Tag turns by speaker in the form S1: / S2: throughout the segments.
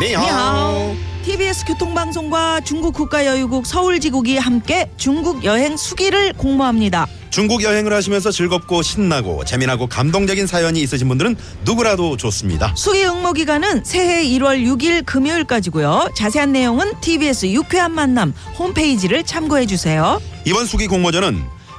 S1: 니하오.
S2: TBS 교통방송과 중국 국가여유국 서울지국이 함께 중국 여행 수기를 공모합니다.
S1: 중국 여행을 하시면서 즐겁고 신나고 재미나고 감동적인 사연이 있으신 분들은 누구라도 좋습니다.
S2: 수기 응모 기간은 새해 1월 6일 금요일까지고요. 자세한 내용은 TBS 유쾌한 만남 홈페이지를 참고해 주세요.
S1: 이번 수기 공모전은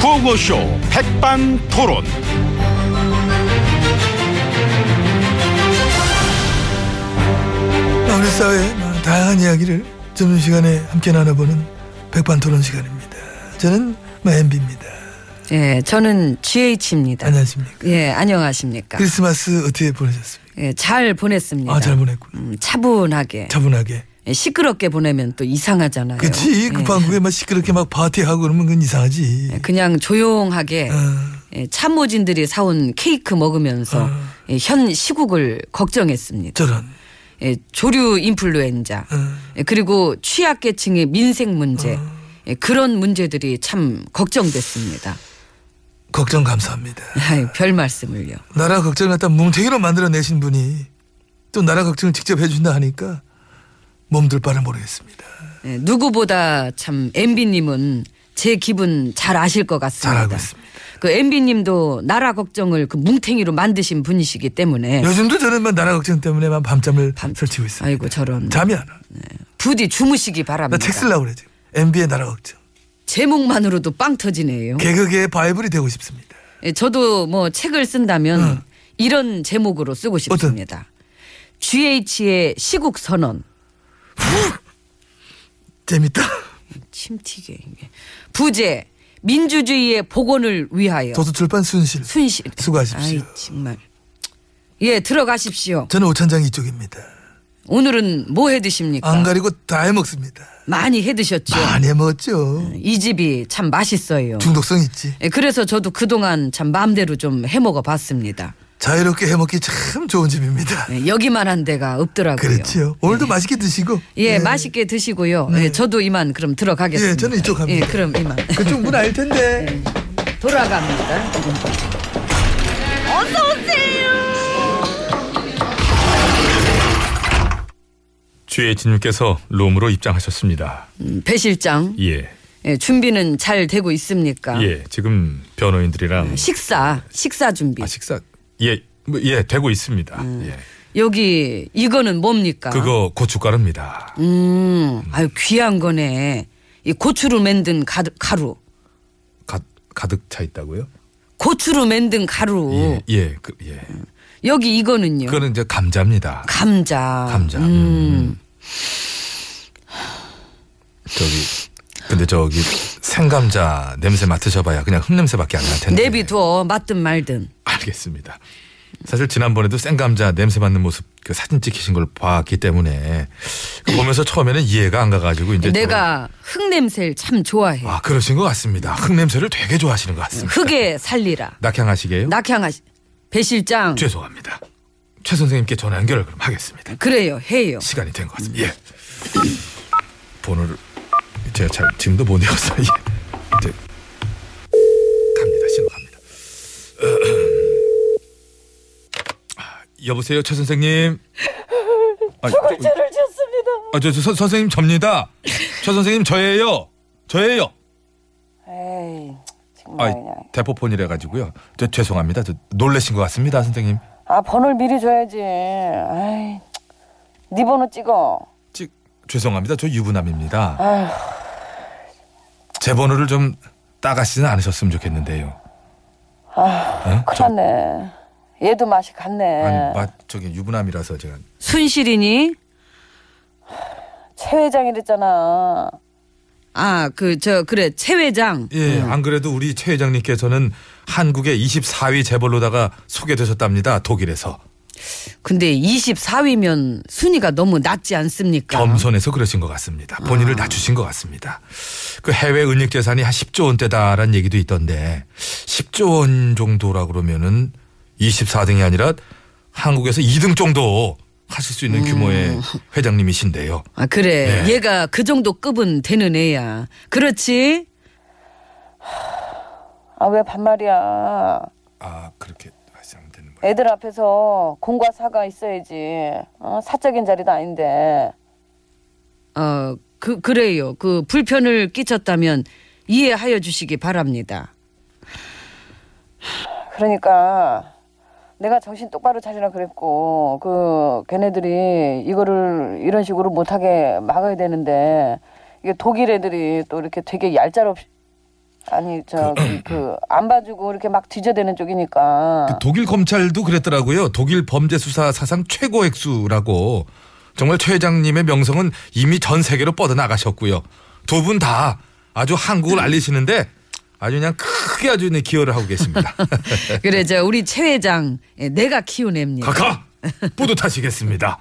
S1: 구호쇼 백반토론.
S3: 우리 사회의 많은 다양한 이야기를 점심시간에 함께 나눠보는 백반토론 시간입니다. 저는 MB입니다.
S4: 예, 저는
S1: 아,
S4: GH입니다.
S3: 안녕하십니까.
S1: 그
S4: 예, 안녕하십니까.
S3: 크리스마스 어떻게 보내셨습니까?
S4: 예, 잘 보냈습니다.
S3: 아, 잘 보냈구나.
S4: 음, 차분하게.
S3: 차분하게.
S4: 예, 시끄럽게 보내면 또 이상하잖아요.
S3: 그치.
S4: 예.
S3: 급한 구에 막 시끄럽게 막 파티하고 그러면 그건 이상하지.
S4: 예, 그냥 조용하게
S3: 어,
S4: 예, 참모진들이 사온 케이크 먹으면서 예, 현 시국을 걱정했습니다.
S3: 저런.
S4: 예, 조류 인플루엔자
S3: 어,
S4: 예, 그리고 취약계층의 민생 문제
S3: 아.
S4: 예, 그런 문제들이 참 걱정됐습니다.
S3: 걱정 감사합니다.
S4: 아유, 별 말씀을요.
S3: 나라 걱정을 갖다 뭉탱이로 만들어내신 분이 또 나라 걱정을 직접 해준다 하니까 몸둘 바를 모르겠습니다.
S4: 예, 누구보다 참 MB님은 제 기분 잘 아실 것 같습니다.
S3: 잘 알고 있습니다.
S4: 그 MB님도 나라 걱정을 그 뭉탱이로 만드신 분이시기 때문에
S3: 요즘도 저는 막 나라 걱정 때문에 막 네. 밤잠을 설치고 있습니다.
S4: 아이고 저런
S3: 잠이 안 와.
S4: 부디 주무시기 바랍니다.
S3: 나 책 쓸라 그래 지금. MB의 나라 걱정.
S4: 제목만으로도 빵 터지네요.
S3: 개그계의 바이블이 되고 싶습니다.
S4: 예, 저도 뭐 책을 쓴다면 이런 제목으로 쓰고 싶습니다. GH의 시국 선언
S3: 재밌다.
S4: 침튀게 이게. 부재 민주주의의 복원을 위하여
S3: 도서출판 순실.
S4: 순실
S3: 수고하십시오.
S4: 아이, 정말 예 들어가십시오.
S3: 저는 오천장 이쪽입니다.
S4: 오늘은 뭐 해 드십니까?
S3: 안 아. 가리고 다 해먹습니다.
S4: 많이 해 드셨죠.
S3: 많이 해먹었죠.
S4: 이 집이 참 맛있어요.
S3: 중독성 있지.
S4: 예, 그래서 저도 그동안 참 마음대로 좀 해먹어 봤습니다.
S3: 자유롭게 해먹기 참 좋은 집입니다.
S4: 예, 여기만 한 데가 없더라고요.
S3: 그렇지요. 오늘도 맛있게 드시고.
S4: 네.
S3: 네.
S4: 예, 맛있게 드시고요. 예, 저도 이만 그럼 들어가겠습니다.
S3: 예, 저는 이쪽 갑니다.
S4: 예, 그럼 이만
S3: 그쪽 문 알
S4: 네.
S3: 텐데.
S4: 돌아갑니다.
S5: GH님께서 롬으로 입장하셨습니다.
S4: 음, 배 실장,
S5: 예.
S4: 예, 준비는 잘 되고 있습니까?
S5: 예. 지금 변호인들이랑
S4: 식사, 식사 준비.
S5: 아, 식사 예. 뭐, 예, 되고 있습니다. 예.
S4: 여기 이거는 뭡니까?
S5: 그거 고춧가루입니다.
S4: 음, 아유 귀한 거네. 이 고추로 만든 가, 가루,
S5: 가, 가득 차 있다고요?
S4: 고추로 만든 가루.
S5: 예. 예. 그, 예.
S4: 여기 이거는요.
S5: 그거는 이제 감자입니다.
S4: 감자.
S5: 감자.
S4: 음.
S5: 음. 저기 근데 저기 생감자 냄새 맡으셔 봐야 그냥 흙냄새밖에 안 날 텐데.
S4: 내비둬 맞든 말든.
S5: 알겠습니다. 사실 지난번에도 생감자 냄새 맡는 모습 그 사진 찍히신 걸 봤기 때문에 그 보면서 처음에는 이해가 안 가가지고 이제
S4: 내가 흙 냄새를 참 좋아해.
S5: 좀- 그렇죠. 아 그러신 것 같습니다. 흙 냄새를 되게 좋아하시는 것 같습니다.
S4: 예. 흙에 살리라.
S5: 낙향하시게요?
S4: 낙향하시. 배 실장.
S5: 죄송합니다. 최 선생님께 전화 연결을 그럼 하겠습니다.
S4: 그래요, 해요.
S5: 시간이 된 것 같습니다. 예. 번호를 제가 잘 지금도 못 외웠어요. 예. 이제 갑니다. 신호 갑니다. 아, 여보세요, 최 선생님. 아, 죽을 죄를 지었습니다. 아, 저, 저 선, 선생님 접니다. 최 선생님 저예요. 저예요.
S4: 에이,
S5: 아, 대포폰이라 가지고요. 저 죄송합니다. 저 놀래신 것 같습니다, 선생님.
S4: 아 번호를 미리 줘야지. 아이, 네 번호 찍어.
S5: 찍 죄송합니다. 저 유부남입니다. 제 번호를 좀 따가시진 않으셨으면 좋겠는데요. 어? 저-
S6: 네. 얘도 맛이 갔네.
S5: 아니, 마, 저기 유부남이라서 제가
S4: 순실이니
S6: 최 회장이랬잖아.
S4: 아, 그, 저, 그래, 최 회장.
S5: 예, 안 그래도 우리 최 회장님께서는 한국의 24위 재벌로다가 소개되셨답니다. 독일에서.
S4: 근데 24위면 순위가 너무 낮지 않습니까?
S5: 겸손해서 그러신 것 같습니다. 본인을 낮추신 것 같습니다. 그 해외 은닉 재산이 한 10조 원대다라는 얘기도 있던데 10조 원 정도라 그러면은 24등이 아니라 한국에서 2등 정도 하실 수 있는 규모의 회장님이신데요.
S4: 아, 그래.
S5: 네.
S4: 얘가 그 정도 급은 되는 애야. 그렇지?
S7: 아, 왜 반말이야.
S5: 아 그렇게 하시면 되는 거예요.
S7: 애들 앞에서 공과 사가 있어야지. 어, 사적인 자리도 아닌데.
S4: 어, 그, 그래요. 그 불편을 끼쳤다면 이해하여 주시기 바랍니다.
S7: 그러니까 내가 정신 똑바로 차리라 그랬고, 그, 걔네들이 이거를 이런 식으로 못하게 막아야 되는데, 이게 독일 애들이 또 이렇게 되게 얄짤없이, 아니, 저, 그, 안 봐주고 이렇게 막 뒤져대는 쪽이니까.
S5: 그 독일 검찰도 그랬더라고요. 독일 범죄 수사 사상 최고 액수라고. 정말 최 회장님의 명성은 이미 전 세계로 뻗어 나가셨고요. 두 분 다 아주 한국을 알리시는데 아주 그냥 크게 아주 그냥 기여를 하고 계십니다.
S4: 그래, 저, 우리 최 회장, 예, 내가 키운 애입니다.
S5: 가카 뿌듯하시겠습니다.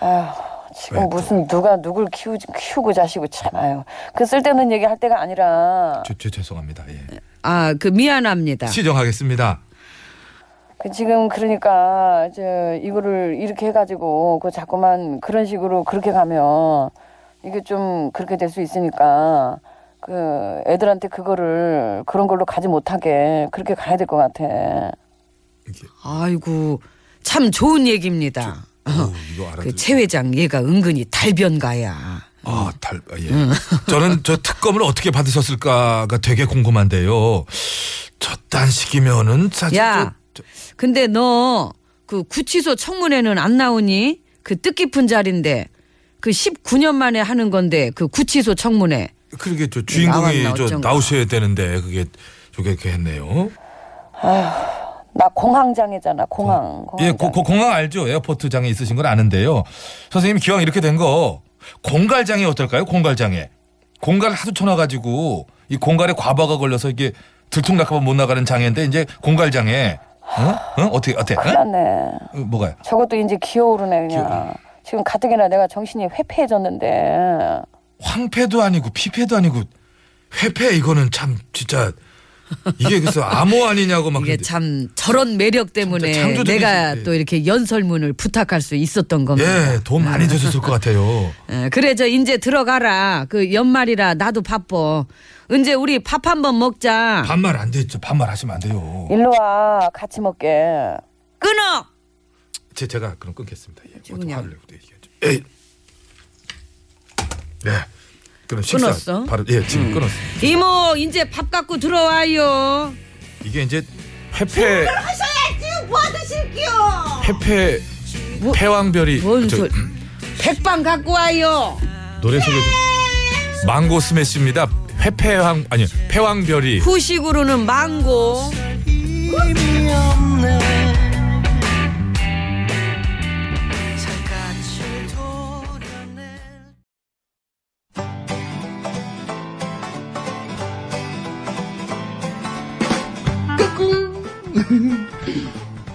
S7: 아휴,
S5: 왜 또?
S7: 지금 어, 무슨 누가 누굴 키우, 키우고 자시고 참 아유 그 쓸데없는 얘기 할 때가 아니라
S5: 죄- 죄- 죄송합니다. 예.
S4: 아, 그 미안합니다.
S5: 시정하겠습니다.
S7: 그 지금 그러니까 저 이거를 이렇게 해가지고 그 자꾸만 그런 식으로 그렇게 가면 이게 좀 그렇게 될 수 있으니까 그 애들한테 그거를 그런 걸로 가지 못하게 그렇게 가야 될 것 같아.
S4: 아이고, 참 좋은 얘기입니다.
S5: 오, 이거 알아.
S4: 그 최 회장 얘가 은근히 달변가야.
S5: 아, 달, 아, 예.
S4: 음.
S5: 저는 저 특검을 어떻게 받으셨을까가 되게 궁금한데요. 저딴 식이면은 사실
S4: 야,
S5: 저-
S4: 근데 너 그 구치소 청문회는 안 나오니? 그 뜻깊은 자리인데 그 19년 만에 하는 건데 그 구치소 청문회.
S5: 저- 그러게 저 주인공이
S4: 네, 나왔나
S5: 저
S4: 어쩐가.
S5: 나오셔야 되는데 그게 저게 이렇게 했네요.
S7: 나 공황장애잖아 공황.
S4: 어,
S5: 예,
S7: 공황장애.
S5: 고, 고- 공항 알죠? 에어포트장에 있으신 건 아는데요. 선생님 기왕 이렇게 된 거 공갈장애 어떨까요? 공갈장애. 공갈을 하도 쳐놔가지고 이 공갈에 과바가 걸려서 이게 들통날카바 못 나가는 장애인데 이제 공갈장애. 어? 어? 어떻게 어때?
S7: 큰일
S5: 어?
S7: 났네.
S5: 어, 뭐가요?
S7: 저것도 이제 기어오르네 그냥. 지금 가뜩이나 내가 정신이 회피해졌는데.
S5: 황폐도 아니고 피폐도 아니고 회폐 이거는 참 진짜 이게 그래서 암호 아니냐고 막
S4: 이게
S5: 그러는데.
S4: 참 저런 매력 때문에
S5: 창조적이지.
S4: 내가
S5: 예.
S4: 또 이렇게 연설문을 부탁할 수 있었던 겁니다.
S5: 예, 도움 많이 되셨을 것 같아요.
S4: 예, 그래 저 이제 들어가라. 그 연말이라 나도 바빠. 이제 우리 밥 한번 먹자.
S5: 반말 안 되죠. 반말 하시면 안 돼요.
S7: 일로 와 같이 먹게.
S4: 끊어.
S5: 제 제가 그럼 끊겠습니다. 예. 어떻게
S4: 그냥.
S5: 화를 내고 또 얘기하죠. 에이. 네. 그럼 식사
S4: 끊었어?
S5: 바로 예, 지금 끊었어.
S4: 이모 이제 밥 갖고 들어와요.
S5: 이게 이제 회패 뭐 회패
S4: 뭐-
S5: 패왕별이
S4: 뭔
S5: 저-
S4: 소리? 백방 갖고 와요.
S5: 노래 소개 좀- 망고 스매시입니다. 회패왕 아니 패왕별이
S4: 후식으로는 망고.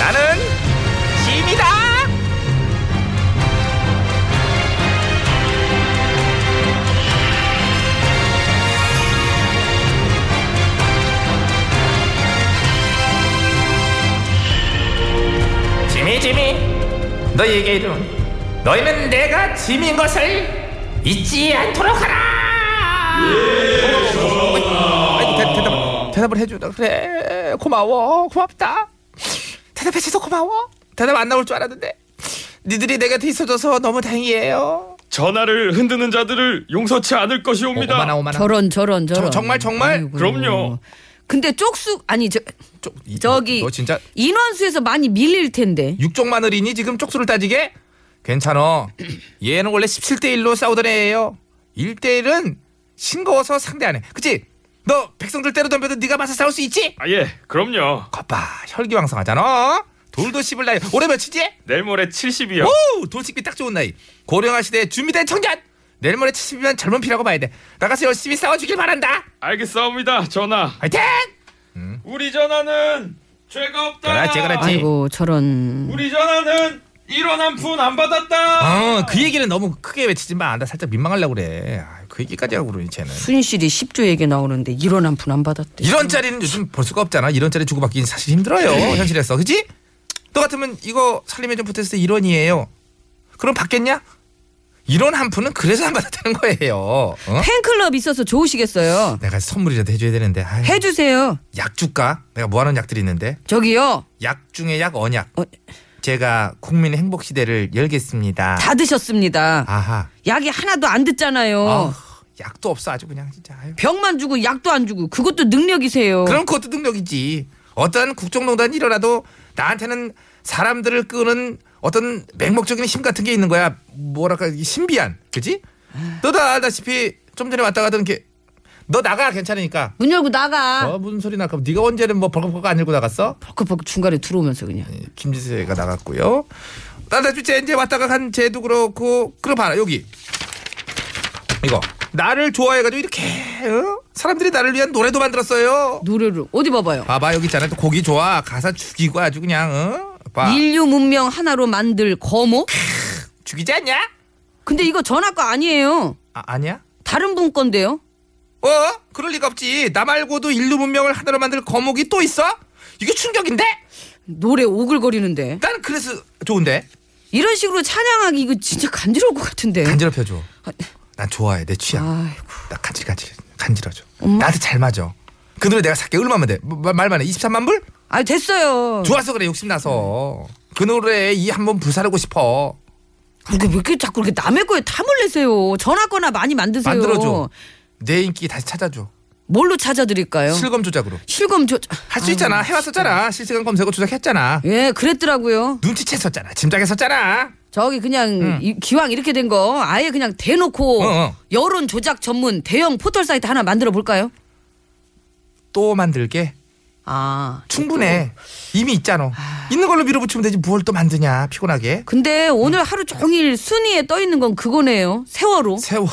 S8: 나는 짐이다.
S5: 너희에게 이르노니 너희는 내가 짐인 것을 잊지 않도록 하라. 아니, 대, 대답, 대답을 해주다 그래 고마워 고맙다 대답해줘서 고마워 대답 안 나올 줄 알았는데 니들이 내 곁에 있어줘서 너무 다행이에요
S8: 전화를 흔드는 자들을 용서치 않을
S5: 어,
S8: 것이옵니다.
S5: 오만아 오만아
S4: 저런 저런 저런.
S5: 저- 정말, 정말?
S8: 그럼요.
S4: 근데 쪽수 아니 저
S5: 저, 이-
S4: 저기
S5: 너 진짜
S4: 인원수에서 많이 밀릴 텐데.
S5: 육종 마늘이니 지금 쪽수를 따지게? 괜찮어. 얘는 원래 17대 1로 싸우던 애예요. 1대 1은 싱거워서 상대 안 해. 그치? 너 백성들 때려덤벼도 네가 맞서 싸울 수 있지?
S8: 아, 예, 그럼요.
S5: 거봐 혈기왕성하잖아. 돌도 씹을 나이. 올해 몇이지?
S8: 내일 모레 70이요.
S5: 오 돌집기 딱 좋은 나이. 고령화 시대에 준비된 청년. 내일 모레 70이면 젊은 피라고 봐야 돼. 나가서 열심히 싸워주길 바란다.
S8: 알겠사옵니다, 전화.
S5: 화이팅!
S8: 우리 전화는 죄가 없다.
S5: 그렇지, 그렇지.
S4: 아이고 뭐 저런.
S8: 우리 전화는 1원 한 푼 안 받았다.
S5: 어, 그 얘기는 너무 크게 외치지 마. 나 살짝 민망하려고 그래. 아유, 그 얘기까지 하고 그러니 쟤는.
S4: 순실이 10조 얘기 나오는데 일원 한 푼 안 받았대.
S5: 이런 짜리는 요즘 볼 수가 없잖아. 이런 짜리 주고받기 사실 힘들어요. 현실에서. 그지? 너 같으면 이거 살림에 좀 붙었을 때 1원이에요. 그럼 받겠냐? 1원 한 푼은 그래서 안 받았다는 거예요. 어?
S4: 팬클럽 있어서 좋으시겠어요.
S5: 내가 선물이라도 해줘야 되는데. 아유,
S4: 해주세요.
S5: 약 줄까? 내가 뭐 하는 약들이 있는데.
S4: 저기요
S5: 약 중에 약 언약.
S4: 어.
S5: 제가 국민 행복 시대를 열겠습니다.
S4: 다 드셨습니다.
S5: 아하.
S4: 약이 하나도 안 듣잖아요.
S5: 아, 약도 없어 아주 그냥 진짜. 아유.
S4: 병만 주고 약도 안 주고 그것도 능력이세요.
S5: 그럼 그것도 능력이지. 어떠한 국정농단이 일어나도 나한테는 사람들을 끄는 어떤 맹목적인 힘 같은 게 있는 거야. 뭐랄까 이 신비한, 그지? 너도 알다시피 좀 전에 왔다 가던 게너 나가 괜찮으니까.
S4: 문 열고 나가.
S5: 어 무슨 소리 나까? 네가 언제는 뭐 벌컥벌컥 안 읽고 나갔어?
S4: 벌컥벌컥 중간에 들어오면서 그냥.
S5: 네. 김지수가 나갔고요. 나다주째 이제 왔다가 간 쟤도 그렇고 그럼 봐라 여기 이거 나를 좋아해가지고 이렇게 어? 사람들이 나를 위한 노래도 만들었어요.
S4: 노래를 어디 봐봐요.
S5: 봐봐 여기 있잖아 또 곡이 좋아 가사 죽이고 아주 그냥 어? 봐
S4: 인류 문명 하나로 만들 거모?
S5: 죽이지 않냐?
S4: 근데 이거 전화 거 아니에요.
S5: 아 아니야?
S4: 다른 분 건데요.
S5: 어? 그럴 리가 없지 나 말고도 인류 문명을 하나로 만들 거목이 또 있어? 이게 충격인데?
S4: 노래 오글거리는데
S5: 나는 그래서 좋은데
S4: 이런 식으로 찬양하기 이거 진짜 간지러울 것 같은데.
S5: 간지럽혀줘 난 좋아해 내 취향
S4: 아이고.
S5: 나 간질간질 간지러줘 나한테 잘 맞아 그 노래 내가 살게 얼마면 돼? 뭐, 마- 말만 해 23만 불?
S4: 아 됐어요.
S5: 좋아서 그래 욕심나서 그 노래에 이 한 번 불사르고 싶어
S4: 아, 이게 왜 이렇게 자꾸 이렇게 남의 거에 탐을 내세요. 전화 거나 많이 만드세요.
S5: 만들어줘 내 인기 다시 찾아줘
S4: 어. 뭘로 찾아드릴까요?
S5: 실검 조작으로
S4: 실검 조.
S5: 할 수 있잖아. 해왔었잖아. 실시간 검색어 조작했잖아.
S4: 예, 그랬더라고요.
S5: 눈치챘었잖아. 짐작했었잖아.
S4: 저기 그냥 이- 기왕 이렇게 된 거 아예 그냥 대놓고
S5: 어, 어.
S4: 여론 조작 전문 대형 포털 사이트 하나 만들어 볼까요?
S5: 또 만들게.
S4: 아,
S5: 충분해. 이미 있잖아. 있는 걸로 밀어붙이면 되지. 뭘 또 만드냐. 피곤하게.
S4: 근데 오늘 하루 종일 순위에 떠 있는 건 그거네요. 세월호.
S5: 세워.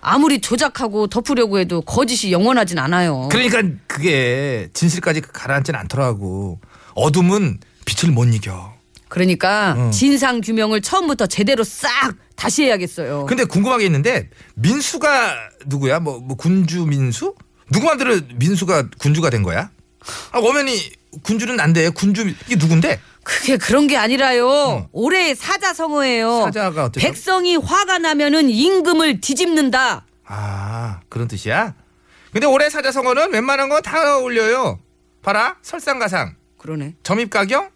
S4: 아무리 조작하고 덮으려고 해도 거짓이 영원하진 않아요.
S5: 그러니까 그게 진실까지 가라앉진 않더라고. 어둠은 빛을 못 이겨.
S4: 그러니까
S5: 응.
S4: 진상 규명을 처음부터 제대로 싹 다시 해야겠어요.
S5: 근데 궁금한 게 있는데 민수가 누구야? 뭐, 뭐 군주 민수? 누구 맘대로 민수가 군주가 된 거야? 아, 엄연히 군주는 난데 군주 민- 이게 누군데?
S4: 그게 그런 게 아니라요. 올해 사자성어예요.
S5: 사자가 어때요?
S4: 백성이 화가 나면은 임금을 뒤집는다.
S5: 아 그런 뜻이야? 근데 올해 사자성어는 웬만한 건 다 어울려요. 봐라 설상가상,
S4: 그러네.
S5: 점입가경,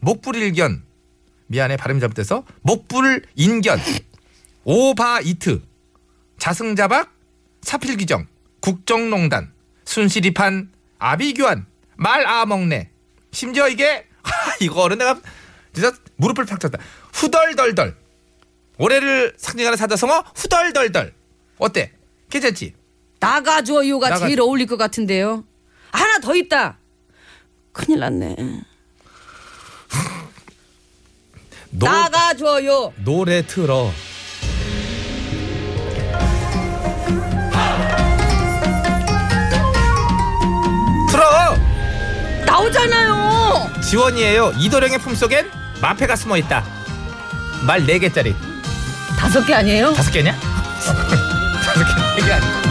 S5: 목불일견. 미안해 발음 잘못돼서 목불인견, 오바이트, 자승자박, 사필귀정, 국정농단, 순실이판, 아비규환, 말아먹네. 심지어 이게 이거는 내가 진짜 무릎을 팍 쳤다. 후덜덜덜. 올해를 상징하는 사자성어 후덜덜덜. 어때? 괜찮지?
S4: 나가줘요가
S5: 나가-
S4: 제일 어울릴 것 같은데요. 하나 더 있다. 큰일 났네.
S5: 노-
S4: 나가줘요.
S5: 노래 틀어. 틀어!
S4: 나오잖아요.
S5: 지원이에요. 이도령의 품속엔 마패가 숨어 있다. 말 네개짜리
S4: 다섯 개 아니에요?
S5: 다섯 네 개냐? 다섯 개. 이게 아니야.